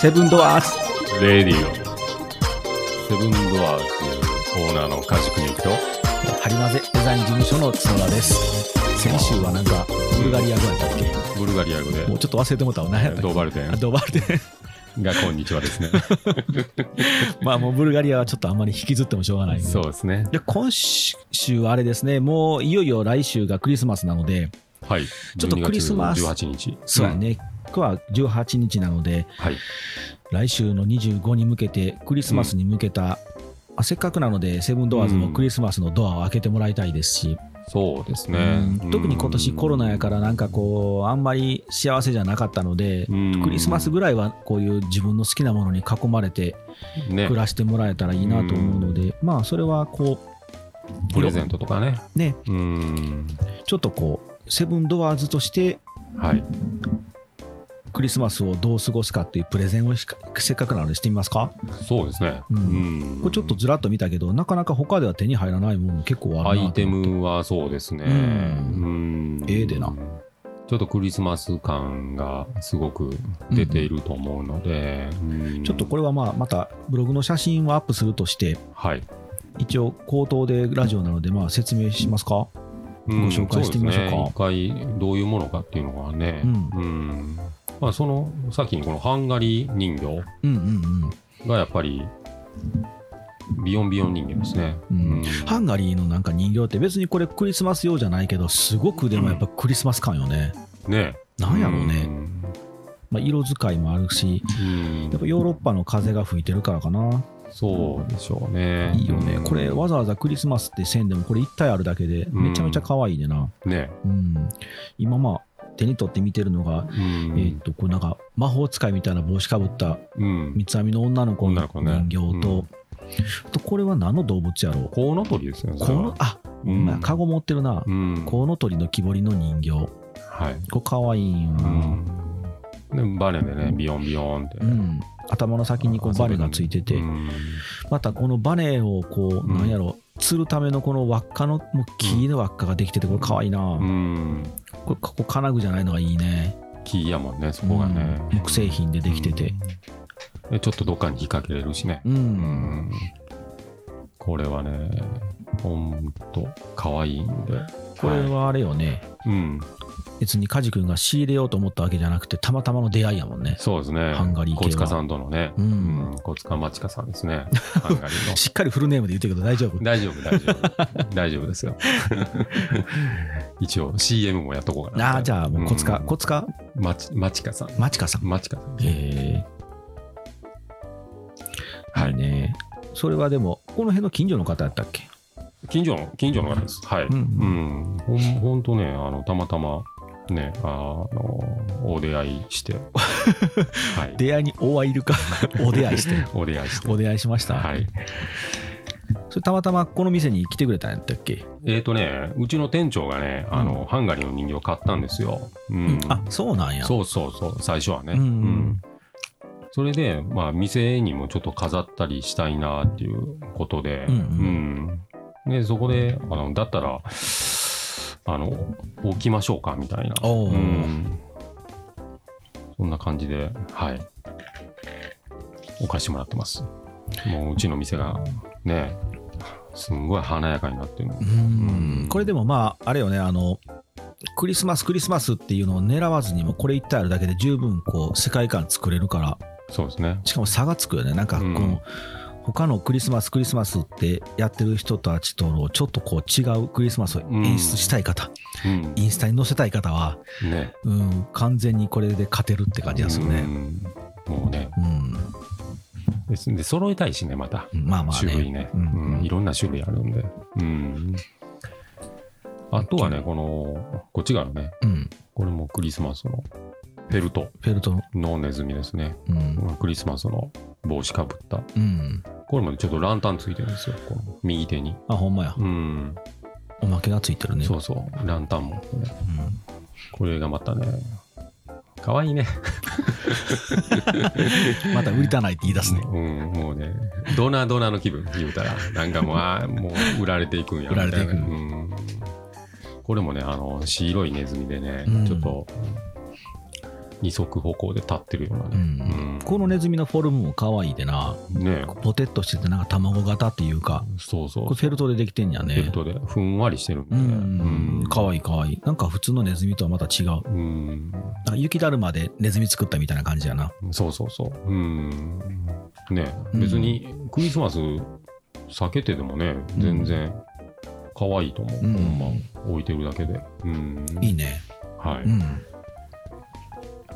セブンドアーズレディオ。セブンドアーズオーナーの梶邦之と、ハリマゼデザイン事務所の角田です。先週はなんか、ブルガリア語やったっけブルガリア語でも、うちょっと忘れてもうたわ。何やったっドーバルテけあンドバルテン。がこんにちはですね。 まあもうブルガリアはちょっとあんまり引きずってもしょうがない。そうですね。で今週はあれですね、もういよいよ来週がクリスマスなので、はい。ちょっとクリスマス12月18日。そうやね、今日は18日なので、うん。はい。来週の25に向けて、クリスマスに向けた、あせっかくなので、セブンドアーズもクリスマスのドアを開けてもらいたいですし、そうですね、う。ん特に今年コロナやかららなんかこうあんまり幸せじゃなかったので、ククリスマスぐらいはこういう自分の好きなものに囲まれてね暮、らしてもらえたらいいなと思うので、まあそれはこプレゼントとかね。うねうん。ちょっとこうセブンドアーズとしてはい。クリスマスをどう過ごすかっていうプレゼンをしかせっかくなのでしてみますかそうですね。うんうんこれちょっとずらっと見たけどなかなか他では手に入らないもの結構あアるなイテムはそうですね。ううんええでな。ちょっとクリスマス感がすごく出ていると思うので、うんちょっとこれはまあまたブログの写真をアップするとしてはい、一応口頭でラジオなのでまあ説明しますか、うんご紹介してみましょうかそうですね、一回どういうものかっていうのがね、うんうんまあ、その先にこのハンガリー人形うんうんうんがやっぱりビヨンビヨン人形ですね。うんうんハンガリーのなんか人形って別にこれクリスマス用じゃないけどすごくでもやっぱクリスマス感よね、ねなんやろうね、んまあ、色使いもあるしうんやっぱヨーロッパの風が吹いてるからかなそうでしょうね。いいよねこれわざざわざクリスマスって線でもこれ一体あるだけでうんめちゃめちゃ可愛いでな、ね、うん、今まあ手に取って見てるのがうえんーっとこうなんか魔法使いみたいな帽子かぶったうん三、つ編みの女の子女のの子ね人形と、うんあとこれは何の動物やろうコウノトリですよね。そこれはのあ、うんまあ、カゴ持ってるな、うん、コウノトリの木彫りの人形はい、これ可愛いんよな、うんでバネでねビヨンビヨンって、うん、頭の先にこうバネがついてて、うんまたこのバネをこう、うんなんやろ釣るためのこの輪っかのもう木の輪っかができててこれかわいいな、うん、これここ金具じゃないのがいいね木やもんねそこがね、うん木製品でできててうんでちょっとどっかに引っ掛けれるしね、うん、うんこれはねほんとかわいいんでこれはあれよねいうん別に梶君が仕入れようと思ったわけじゃなくてたまたまの出会いやもんねそうですねハンガリー系は小塚さんとのね、うんうん小塚町香さんですねハンガリーのしっかりフルネームで言ってるけど大丈夫大丈夫大丈夫大丈夫ですよ一応 CM もやっとこうかなああじゃあもうコツカ、うんコツカマチマチカさん。マチカさんマチカさん。えー、はいいねそれはでもこの辺の近所の方やったっけ近所の、近所の方です。はい。ううんん。ほんほんとね、あの、たまたま、ね、あの、お出会 いして。はい。出会いにお会いいるか お出会いしてお出会いして。お出会いしました、はい。それたまたまこの店に来てくれたんやったっけ、えっ、とね、うちの店長がね、あの、ハンガリーの人形を買ったんですよ。うん。あそうなんやそうそうそう、最初はね。うんそれで、まあ、店にもちょっと飾ったりしたいなっていうことで、うんうんで、そこで、あの、だったら、あの、置きましょうか、みたいな。おーうんそんな感じで、はい。置かしてもらってます。もう、うちの店が、ね、すんごい華やかになってる。うーんこれでもまああれよねあのクリスマスクリスマスっていうのを狙わずにもこれ一体あるだけで十分こう世界観作れるからそうですね。しかも差がつくよねなんかこの、うん他のクリスマスクリスマスってやってる人たちとのちょっとこう違うクリスマスを演出したい方、うん。インスタに載せたい方は、ね。うん、完全にこれで勝てるって感じですよね。うんもうね、うん、ですで揃えたいしね、また。まあまあ種類ね。ね、ううんんいろんな種類あるんで、うん、あとはねこのこっち側のねうん、これもクリスマスのフェルトフェルトの、のネズミですねうん、クリスマスの帽子かぶったうん、これもねちょっとランタンついてるんですよこの右手にあ、ほんまや、うんおまけがついてるね。そうそうランタンもこうれんこれがまたねかわいいねまた売りたないって言い出すね。うん、もうね、ドナードナーの気分言うたら、なんかもう、あーもう売られていくんやみたい売な。られていくうんこれもね、あの、白いネズミでね、うんちょっと、二足歩行で立ってるようなうね。んうんこのネズミのフォルムも可愛いでなねえポテッとしててなんか卵型っていうかそうそう。これフェルトでできてんやベルねトでふんわりしてるんでうね。ん可愛い可愛いなんか普通のネズミとはまた違ううん。なんか雪だるまでネズミ作ったみたいな感じやなそうそうそう。うん。ねうん別にクリスマス避けてでもね、全然可愛いと思う。うんほんま置いてるだけで。うん。いいねはうい。ん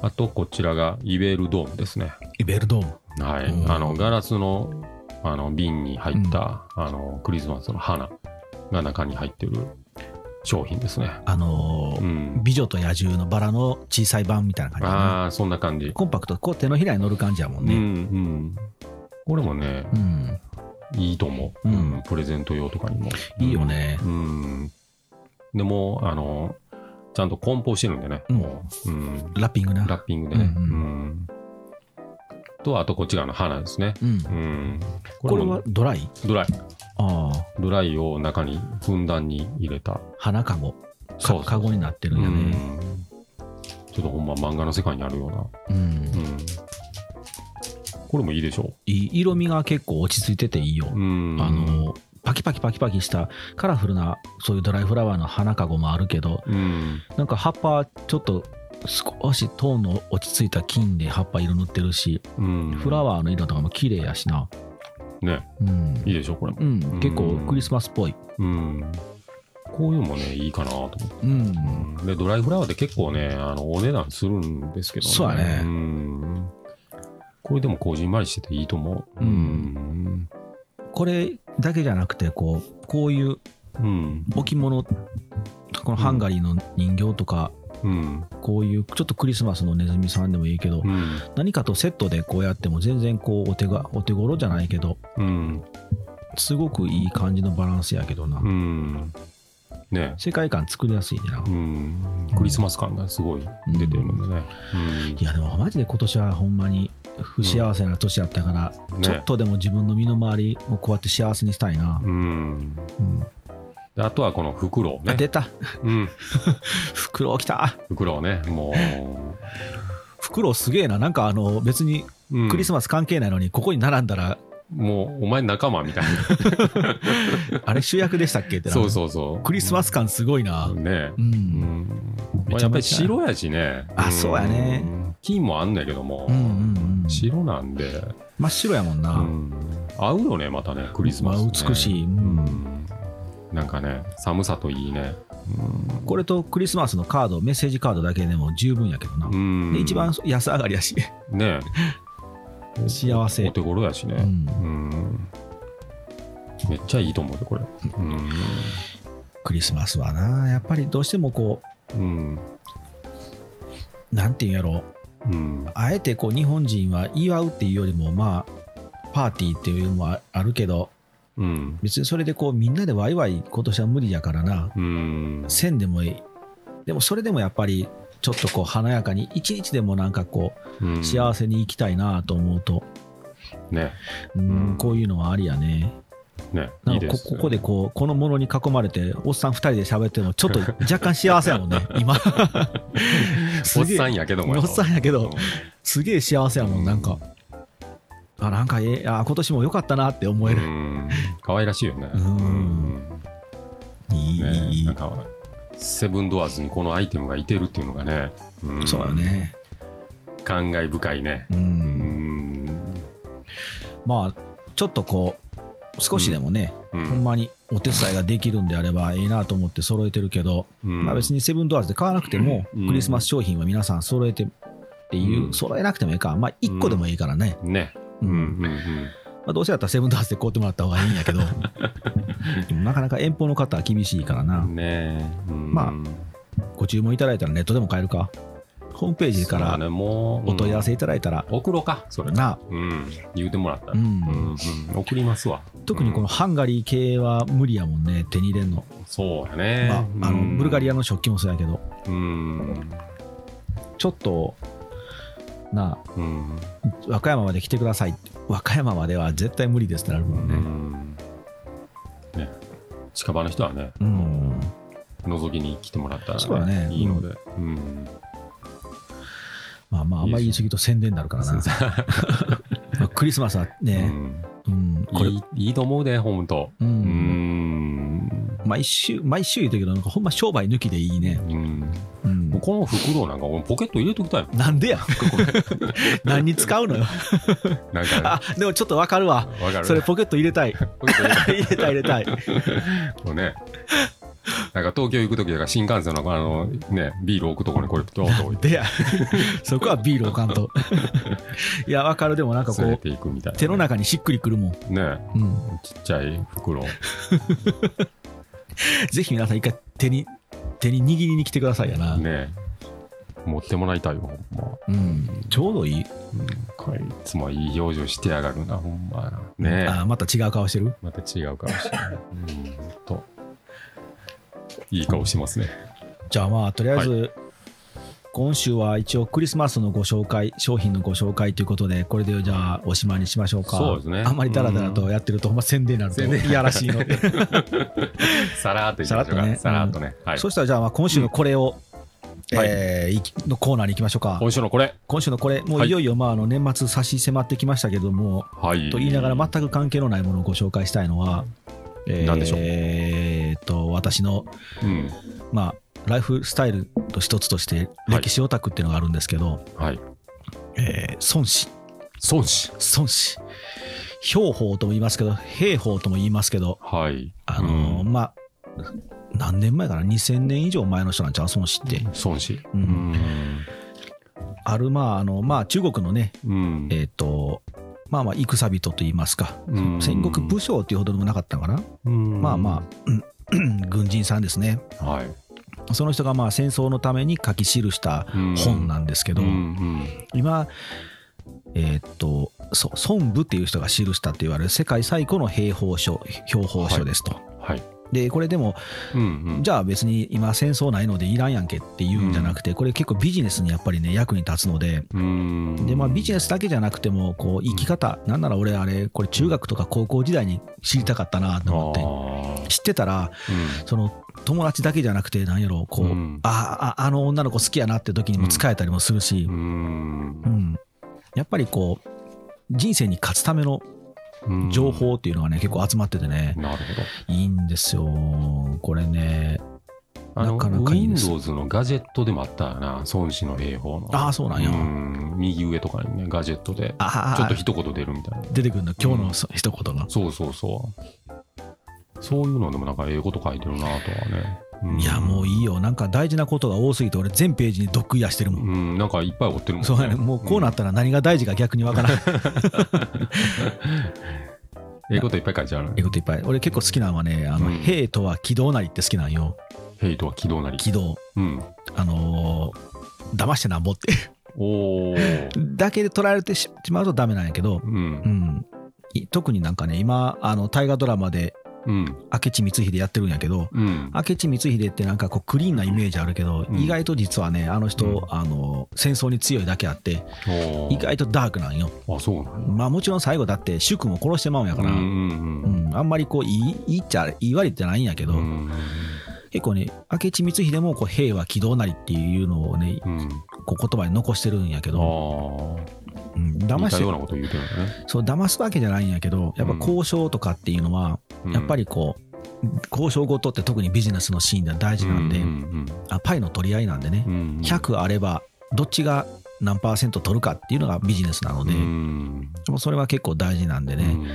あと、こちらがイベールドームですね。イベルドームはい。うんあの、ガラスのあの瓶に入った、あの、クリスマスの花が中に入ってる商品ですね。あのーうん。美女と野獣のバラの小さい版みたいな感じやなああ、そんな感じ。コンパクトこう手のひらに乗る感じやもうんんうねん。これもね、うんいいと思う、うんうんプレゼント用とかにも。いいよねうん。でもう、あの、ちゃんと梱包してるんでね、うんもう、うん、ラッピングなラッピングでね。うんううんと、あとこっち側の花ですね。うんうん。これもはドライドライ。ああドライを中にふんだんに入れた。花かごそうそうかごになってるんやねうんちょっとほんま漫画の世界にあるような。うんうん。これもいいでしょいい色味が結構落ち着いてていいよう。うん。あのパキパキパキパキしたカラフルなそういうドライフラワーの花かごもあるけどうん。なんか葉っぱちょっと少しトーンの落ち着いた金で葉っぱ色塗ってるしうん。フラワーの色とかも綺麗やしなね、うん、いいでしょ、これも。うん、結構クリスマスっぽいうん。こういうのもね、いいかなと思って。うんで、ドライフラワーって結構ね、あのお値段するんですけどそうやねん。これでもこじんまりしてていいと思う。うん。これだけじゃなくてこうこういううん。置物このハンガリーの人形とか、うん。こういうちょっとクリスマスのネズミさんでもいいけど、うん。何かとセットでこうやっても全然こうお手がお手頃じゃないけどうん。すごくいい感じのバランスやけどな、うん。ね世界観作りやすいでな、ういん。クリスマス感がすごい出てるんでね。やでもマジで今年はほんまに不幸せな年やったから、うん。ちょっね。とでも自分の身の回りをこうやって幸せにしたいな、うん。うんであとはこの袋をあね。出たうん。袋来た袋をね、も袋すげえななんかあの別にう。うんクリスマス関係ないのにここに並んだ ら、もう、お前仲間みたい あれ主役でしたっけってな。なるそうそうそう。クリスマス感すごいなねうん、うんめまちゃあ、やっぱめりちゃ白やしねあそうやねうん金もあんねんけども、うんうんうん白なんで、真っ白やもんな、うん合うよねまたねクリスマス、ねまあ美しい、ううんんなんかね寒さといいねこれとクリスマスのカードメッセージカードだけでも十分やけどな、うんで一番安上がりやしね幸おせ手頃やしね、うんうんめっちゃいいと思うよこれうん、クリスマスはなやっぱりどうしてもこうんうなんていうんやろうんあえてこう日本人は祝うっていうよりもまあパーティーっていうのもああるけどうん別にそれでこうみんなでワイワイ今年は無理やからなうんせんでもいいでもそれでもやっぱりちょっとこう華やかに一日でもなんかこううん幸せに生きたいなと思うと、ねうんうんこういうのはありやねねないんいかでこすここでこうこのものに囲まれておっさん2人で喋ってもちょっと若干幸せやもんね 今 おすっげえさんやけどもおっさんやけけどすげえ幸せやもんなんかあなんかええあ今年も良かったなって思えうる、ん可愛らしいよね。うんいいねいいいないんかセブンドアーズにこのアイテムがいてるっていうのがね、んそうだ。ね感慨深いね。ううんん。まあちょっとこう少しでもね、うほんんまにお手伝いができるんであればええなと思って揃えてるけど、うんまあ、別にセブンドアーズで買わなくても、うんクリスマス商品は皆さん揃えてっていう、うん揃えなくてもいいかまあ1個でもいいからね、ね。うんうんうん。まあ、どうせだったらセブンダースで買うてもらった方がいいんやけ どでもなかなか遠方の方は厳しいからなねえ。ままご注文いただいたらネットでも買えるかホームページからね、もうお問い合わせいただいたら、うん送ろうか、それ。なうん。言うてもらったら。うんうんうん送りますわ。特にこのハンガリー系は無理やもんね手に入れんの、うん。そうやね。まあ、あのブルガリア。アの食器もそうやけどうん。ちょっとなあうん。和歌山まで来てくださいって和歌山までは絶対無理ですってなるもんうねんね、近場の人はね、うん、覗きに来てもらったそうだらねいいので、うんまあまあ、あんまり言い過ぎると宣伝になるからな。まあクリスマスはうね、んうん、これ、いいいいと思うで、ほんと。う、うんん。毎週、毎週言うてるけど、なんかほんま商売抜きでいいね。うんうんもうこの袋なんか俺ポケット入れときたいもなんでや 何に使うのよ。ん。なんか、あ、でもちょっとわかるわ。わかる。それポケット入れ たい。ポケット入れた入れたいい入れたい。もうね。なんか東京行くときとか新幹線のあの、ね、ビール置くとこにこれドーンと置いてで や、そこはビールをかん と。いや、わかる。でもなんかこ連れう、ていくみたいな、手の中にしっくりくるもん。ねうん、ちっちゃい袋ぜひ皆さん一回手に、手に握りに来てくださいやな。ね持ってもらいたいわほんま、うん、ちょうどいい。うん、これいつもいい表情してやがるなほんまなねあまた違う顔してるまた違うかもしれない、うん、ほんといい顔してますねじゃあまあとりあえず、今週は一応クリスマスのご紹介商品のご紹介ということでこれでじゃあおしまいにしましょうかそうですねあんまりダラダラとやってるとほんま宣伝になると宣伝いやらしいので、さらーっといきましょうかささららーっっととねはいそしたらじゃあまあ今週のこれを、うんはいえーいきのコーナーに行きましょうか今週のこれ今週のこれもはういいよいよまああの年末差し迫ってきましたけども、はいと言いながら全く関係のないものをご紹介したいのは、えー何でしょうえーっと私のうんまあ、ライフスタイルと一つとしてはい歴史オタクっていうのがあるんですけど、はいえー孫子孫子孫子兵法とも言いますけど兵法とも言いますけどはいあのーうんまあ何年前かな2000年以上前の人なんちゃう孫子って孫子ううんんあるまああのまあ中国のねうんえっ、とまあまあ戦人と言いますかうん戦国武将っていうほどでもなかったのかな、まあまあ、 うん軍人さんですねあはいその人がまあ戦争のために書き記した本なんですけけど、うんうん今、えーっとそ孫武っていう人が記したって言われる世界最古の兵法書兵法書ですと。はいでこれでもうんうんじゃあ別に今戦争ないのでいらんやんけっていうんじゃなくてこれ結構ビジネスにやっぱりね役に立つのでうんでまあビジネスだけじゃなくてもこう生き方なんなら俺あれこれ中学とか高校時代に知りたかったなと思あって知ってたらーうんその友達だけじゃなくてなんやろこううんあああの女の子好きやなって時にも使えたりもするしうーんうん、やっぱりこう人生に勝つためのうん情報っていうのがね、結構集まっててねなるほどいいんですよこれねあのなかなかいいです Windows のガジェットでもあったよな孫子の兵法のああそうなんや、うん右上とかにねガジェットでああちょっと一言出るみたいな出てくるの今日のそ一言が、そうそうそうそういうのでもなんか英語と書いてるなとはね、うんいやもういいよなんか大事なことが多すぎて俺全ページにドックイヤしてるもん、うん、なんかいっぱい追ってるもんそうやねもうこうなったら何が大事か逆にわ からんいうん英語といっぱい書いてあるいこといっぱい俺結構好きなのはね「あのうん兵とは軌道なり」って好きなんよヘイトは軌道なり軌道うんあのー騙してなんぼって おーだけで捉えられてしまうとダメなんやけど、うんうん、い特になんかね今あの大河ドラマでうん明智光秀やってるんやけどうん明智光秀ってなんかこうクリーンなイメージあるけど、うん意外と実はねあの人、うんあの戦争に強いだけあっておー意外とダークなんよあそうなんやまあもちろん最後だって主君を殺してまうんやから、ううんんうんうんあんまりこういいいいっちゃいいわりってないんやけど、うん結構ね明智光秀もこう兵は軌道なりっていうのをねうんこう言葉に残してるんやけあど、あうん、騙似したてようなこと言うてるよねそう騙すわけじゃないんやけどやっぱ交渉とかっていうのは、うんやっぱりこう交渉事って特にビジネスのシーンでは大事なんで、うんあパイの取り合いなんでねうんう、んうん100あればどっちが何パーセント取るかっていうのがビジネスなので、うんもうそれは結構大事なんでうね、ん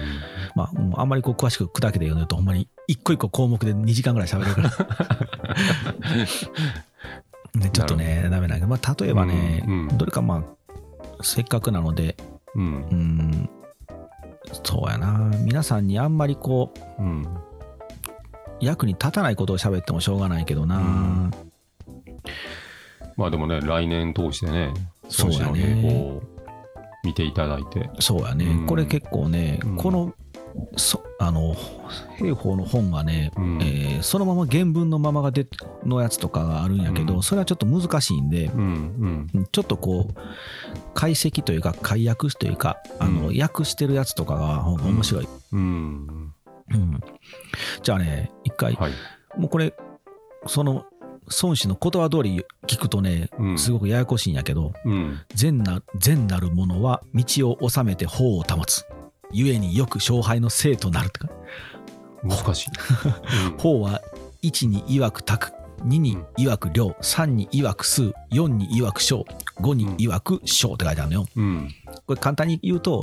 まあ、もうあんまりこう詳しく砕けて読んでるとほんまに一個一個項目で2時間ぐらい喋るから ねちょっとねダメなんだけど、まあ、例えばね、うんどれかまあせっかくなのでうんうんそうやな皆さんにあんまりこううん役に立たないことを喋ってもしょうがないけどな、うんまあでもね来年通してねそうやね孫子の英語を見ていただいてそうやね、うんこれ結構ね、うんこのそあの兵法の本はね、うんえーそのまま原文のままが出てのやつとかがあるんやけど、うんそれはちょっと難しいんで、うんちょっとこう解析というか解訳というかあの、うん訳してるやつとかがほんま面白い、うんうんうんじゃあね一回、はいもうこれその孫子の言葉通り聞くとね、うんすごくややこしいんやけど、うん。善な善なる者は道を治めて法を保つ。故によく勝敗の生となるってか。難しい。うん法は1に曰く卓、2に曰く量、3に曰く数、4に曰く小、5に曰く小って書いてあるのよ。うん。これ簡単に言うと、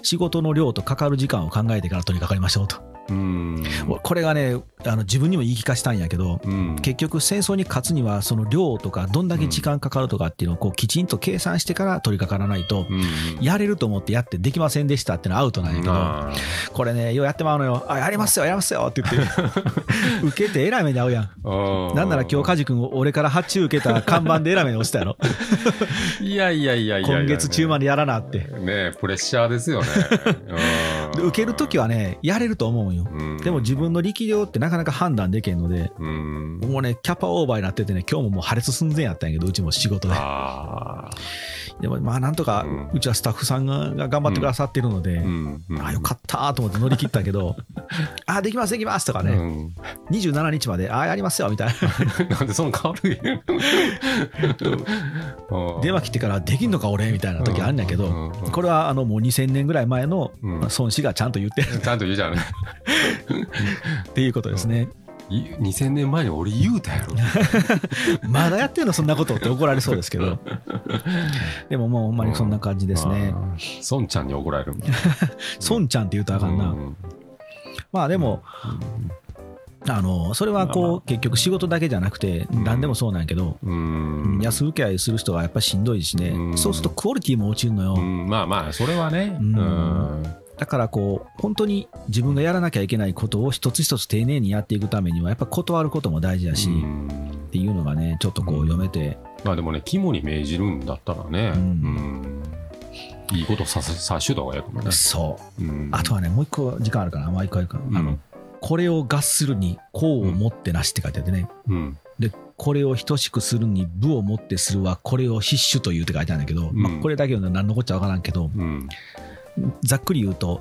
仕事の量とかかる時間を考えてから取り掛かりましょうと。うん。これがね、あの自分にも言い聞かしたんやけど、うん。結局戦争に勝つにはその量とかどんだけ時間かかるとかっていうのをこうきちんと計算してから取り掛からないとうん。やれると思ってやってできませんでしたってのはアウトなんやあけどこれねようやってまうのよあやりますよやりますよって言って 受けてえらい目に遭うやんーなんなら今日梶君俺から発注受けた看板でえらい目に落ちた やろいやいやいやいやいや今月中までやらなってねえプレッシャーです よねで受けるときは、はねやれると思うんようんでも自分の力量ってなかなか判断できへんのでうんもうねキャパオーバーになっててね今日ももう破裂寸前やったんやけどうちも仕事でああでもまあなんとかうんうちはスタッフさんがが頑張ってくださってるので、うんうんああよかったと思って乗り切ったけ どあできますできますとかうね、ん 27日までああやりますよみたいなんでその軽い な電話切ってからできんのか俺みたいな時あるんだけうどんうんうんこれはあのもう2000年ぐらい前のうんまあ孫子がちゃんと言ってるちゃんと言うじゃんっ ていうことですねい2000年前に俺言うたやろまだやってるのそんなことって怒られそうですけ どでももうほんまにそんな感じ ですねあー孫ちゃんに怒られるみたい孫ちゃんって言うとあかんなうんまあでもあのそれはまあまこう結局仕事だけじゃなくてうん何でもそうなんやけどうんうん安請け合いする人はやっぱしんどいしうねんそうするとクオリティも落ちるのよ、うんまあまあそれはねうんうんだからこう本当に自分がやらなきゃいけないことを一つ一つ丁寧にやっていくためにはやっぱ断ることも大事だし、うっんていうのがねちょっとこう読めて、まあでもね、肝に銘じるんだったらね、ううんん、いいことさせさしといた方がいいかもね。そううん、あとはねもう一個時間あるからもう一個あるから、うん、あのこれを合するに功をもってなしって書いてあってね、うん、でこれを等しくするに部をもってするはこれを必守というって書いてあるんだけど、んまあ、これだけ読んだら何のこっちゃわからんけどうん、うん、ざっくり言うと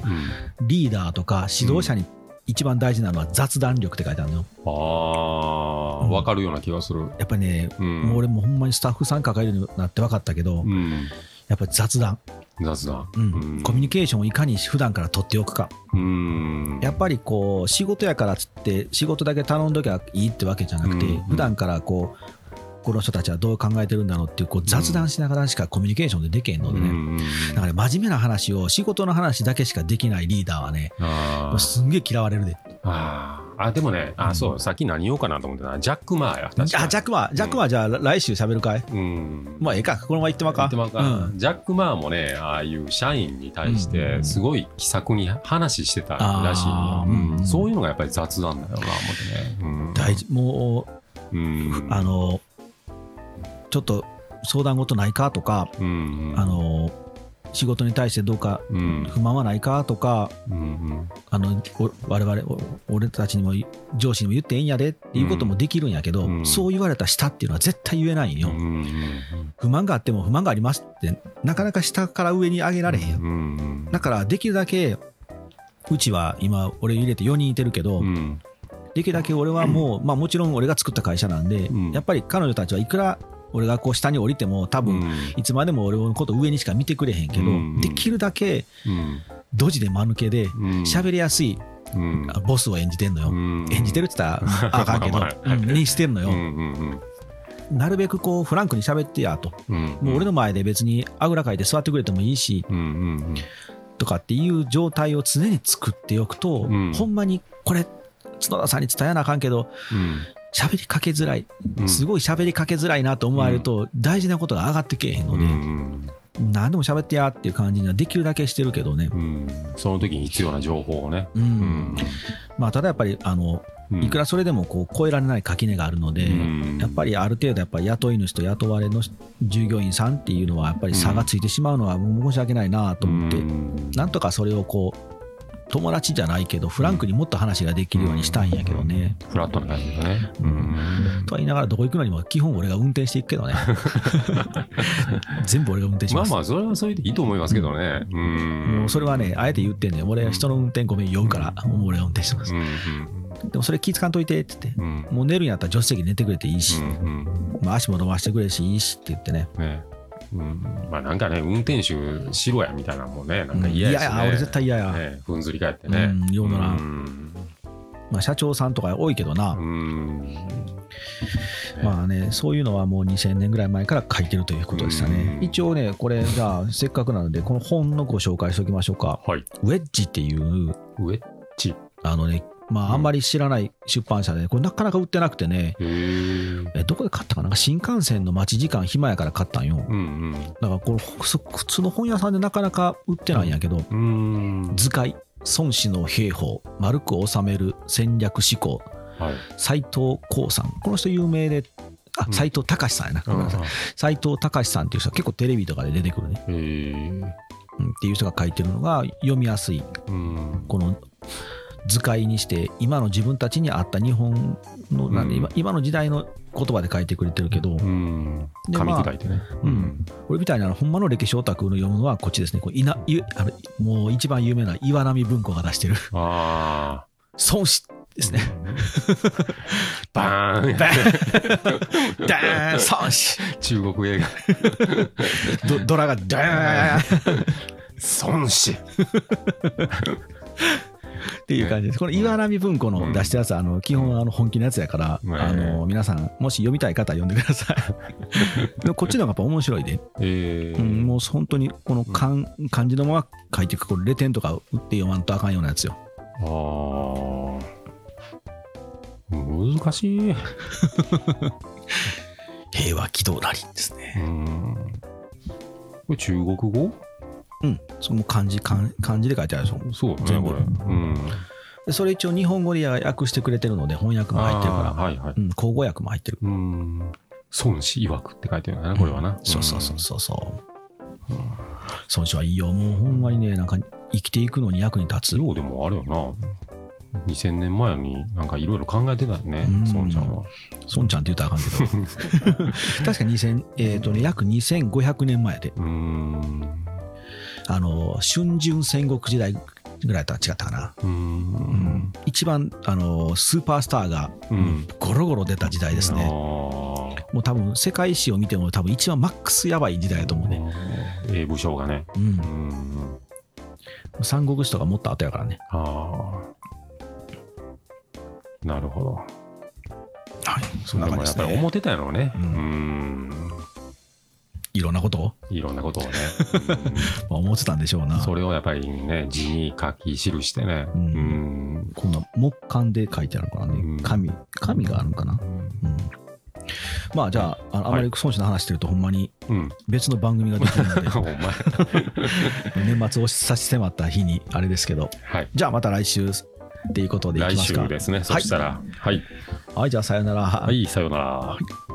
リーダーとか指導者に一番大事なのは雑談力って書いてあるのよああ、うんわかるような気がする。やっぱりねうん、もう俺もほんまにスタッフさん抱えるようになって分かったけど、うん、やっぱり雑談、雑談。うんうんコミュニケーションをいかに普段から取っておくかうん、やっぱりこう仕事やからっつって仕事だけ頼んどきゃいいってわけじゃなくて、うん普段からこうこの人たちはどう考えてるんだろうっていうこう雑談しながらしかコミュニケーションでできへんのでね、うん、だから真面目な話を仕事の話だけしかできないリーダーはねあーすんげえ嫌われるであー、あでもね、あそう、さっき何言おうかなと思ってたな、ジャック・マーや。確かあにジャックマンジャックマンじゃあ来週喋るかいうん、まあええかこのまま言ってまうか言ってまうかうんジャック・マーもねああいう社員に対しうんうんうてんすごい気さくに話してたらしいよあーうんうんうんそういうのがやっぱり雑談だよな思ってね、大事もううんうん、あのちょっと相談事ないかとか、うんうんあの仕事に対してどうかうん不満はないかとか、うんうんあのお我々お俺たちにも上司にも言っていいんやでっていうこともできるんやけど、うんそう言われた下っていうのは絶対言えないんよ、うんうん不満があっても不満がありますってなかなか下から上に上げられへんよ、うんうんだからできるだけうちは今俺入れて4人いてるけど、うんできるだけ俺はもう、まあ、もちろん俺が作った会社なんで、うんやっぱり彼女たちはいくら俺がこう下に降りても多う分、んいつまでも俺のこと上にしか見てくれへんけど、うんできるだけうんドジで間抜けでうん喋りやすいうんあボスを演じてんのよ、うん演じてるって言ったらああかんけどまあまあうんにしてんのうよ、んうんうんなるべくこうフランクに喋ってやとうんもう俺のの前で別にあぐらかいて座ってくれてもいいしうんうんとかっていう状態を常に作っておくと、うんほんまにこれ角田さんに伝えなあかんけど喋りかけづらいうんすごい喋りかけづらいなと思われると、大事なことが上がってけえへんのうんで、うん何でも喋ってやっていう感じにはできるだけしてるけどね、うんその時に必要な情報をねうんうんまあ、ただやっぱりあのうんいくらそれでもこう超えられない垣根があるので、うんやっぱりある程度やっぱ雇い主と雇われの従業員さんっていうのはやっぱり差がついてしまうのは申し訳ないなと思って、うんなんとかそれをこう友達じゃないけどフランクにもっと話ができるようにしたいんやけどね。フラットな感じでね。とは言いながらどこ行くのにも基本俺が運転していくけどね全部俺が運転しままあすまあ、それはそれでいいと思いますけどね。うんもうそれはねあえて言ってんねん俺は人の運転ごめん酔うからもう俺が運転してますうんうんでもそれ気ぃかんといてって言って、うん。もう寝るんやったら助手席に寝てくれていいし、うんうん。まあ、足も伸ばしてくれるしいいしって言ってね、ねうん、まあなんかね、運転手しろやみたいなのもね、なんかうん嫌やし、ね俺絶対嫌や、ね、ふんずり返ってね。うんようならうんまあ、社長さんとか多いけどな、うん。まあね、そういうのはもう2000年ぐらい前から書いてるということでしたねう。ん一応ね、これ、じゃあ、せっかくなので、この本のご紹介しておきましょうか。はい。ウェッジっていう、上へあのね、まあ、あんまり知らない出版社で、これ、なかなか売ってなくてね、え。えどこで買ったかななんか新幹線の待ち時間暇やから買ったんよ。うんだから、これ、普普通の本屋さんでなかなか売ってないんやけど、うん。うん。図解、孫子の兵法、丸く収める戦略思考、はい。斎藤幸さん、この人有名で、あうん斎藤隆さんやな、ごめんなさい斉藤隆さんっていう人は結構テレビとかで出てくるね、えーうんっていう人が書いてるのが読みやすいうん。この図解にして今の自分たちに合った日本のなんでうん今今の時代の言葉で書いてくれてるけど、うん。で噛みまあ砕いてね。うん。俺みたいなほんまの歴史オタクの読むのはこっちですねこういないあのもう一番有名な岩波文庫が出してるああ。孫子ですね。バーン ダーンダーン孫子中国映画。ドドラがダーン孫子。っていう感じです。この岩波文庫の出したやつは、あの基本あの本気のやつやから、うんあの皆さん、もし読みたい方は読んでください。でもこっちの方がやっぱ面白いで、えうーんもう本当にこの漢,、漢字のまま書いていく、これ、0点とか打って読まんとあかんようなやつよ。ああ。難しい。平和軌道なりですね。うん。これ中国語うん、その漢字漢、漢字で書いてあるでしょ。そうね、全部これ。うん。でそれ一応、日本語で訳してくれてるので、翻訳も入ってるあかーはいはいら、。うん、口語訳も入ってる。うん。孫子曰くって書いてるんだな、これはな。そうそうそんう。そうそう。孫子はいいよ、もうほんまにね、なんか生きていくのに役に立つ。ようでもあれよな。2000年前になんかいろいろ考えてたよねうん、孫ちゃんは。孫ちゃんって言ったらあ かんけど確か2000、えーとね、約2500年前でうーん。あの春秋戦国時代ぐらいとは違ったかな、うーん。一番あのスーパースターがうん。ゴロゴロ出た時代ですね、ああ。もう多分世界史を見ても多分一番マックスやばい時代だと思うね、英武将がね。うんうー、ん。三国志とかもっと後やからね、ああ。なるほど。はい、そんでな感じでもやっすぱりね思ってたんやろうね。ううーんん。いろんなことをいろんなことをね。まあ思ってたんでしょううんなそれをやっぱりね、字に書き記してね。ううんん。こんな木簡で書いてあるからうんね紙紙があるのかな、うん、まあじゃあああんまり孫子の話してるとほんまにうん。別の番組ができるのでお前。年末を差し迫った日にあれですけどはい。じゃあまた来週っていうことでいき来ますか週ですね。そしたら。はい。はいじゃあさよならはい、さようなら。い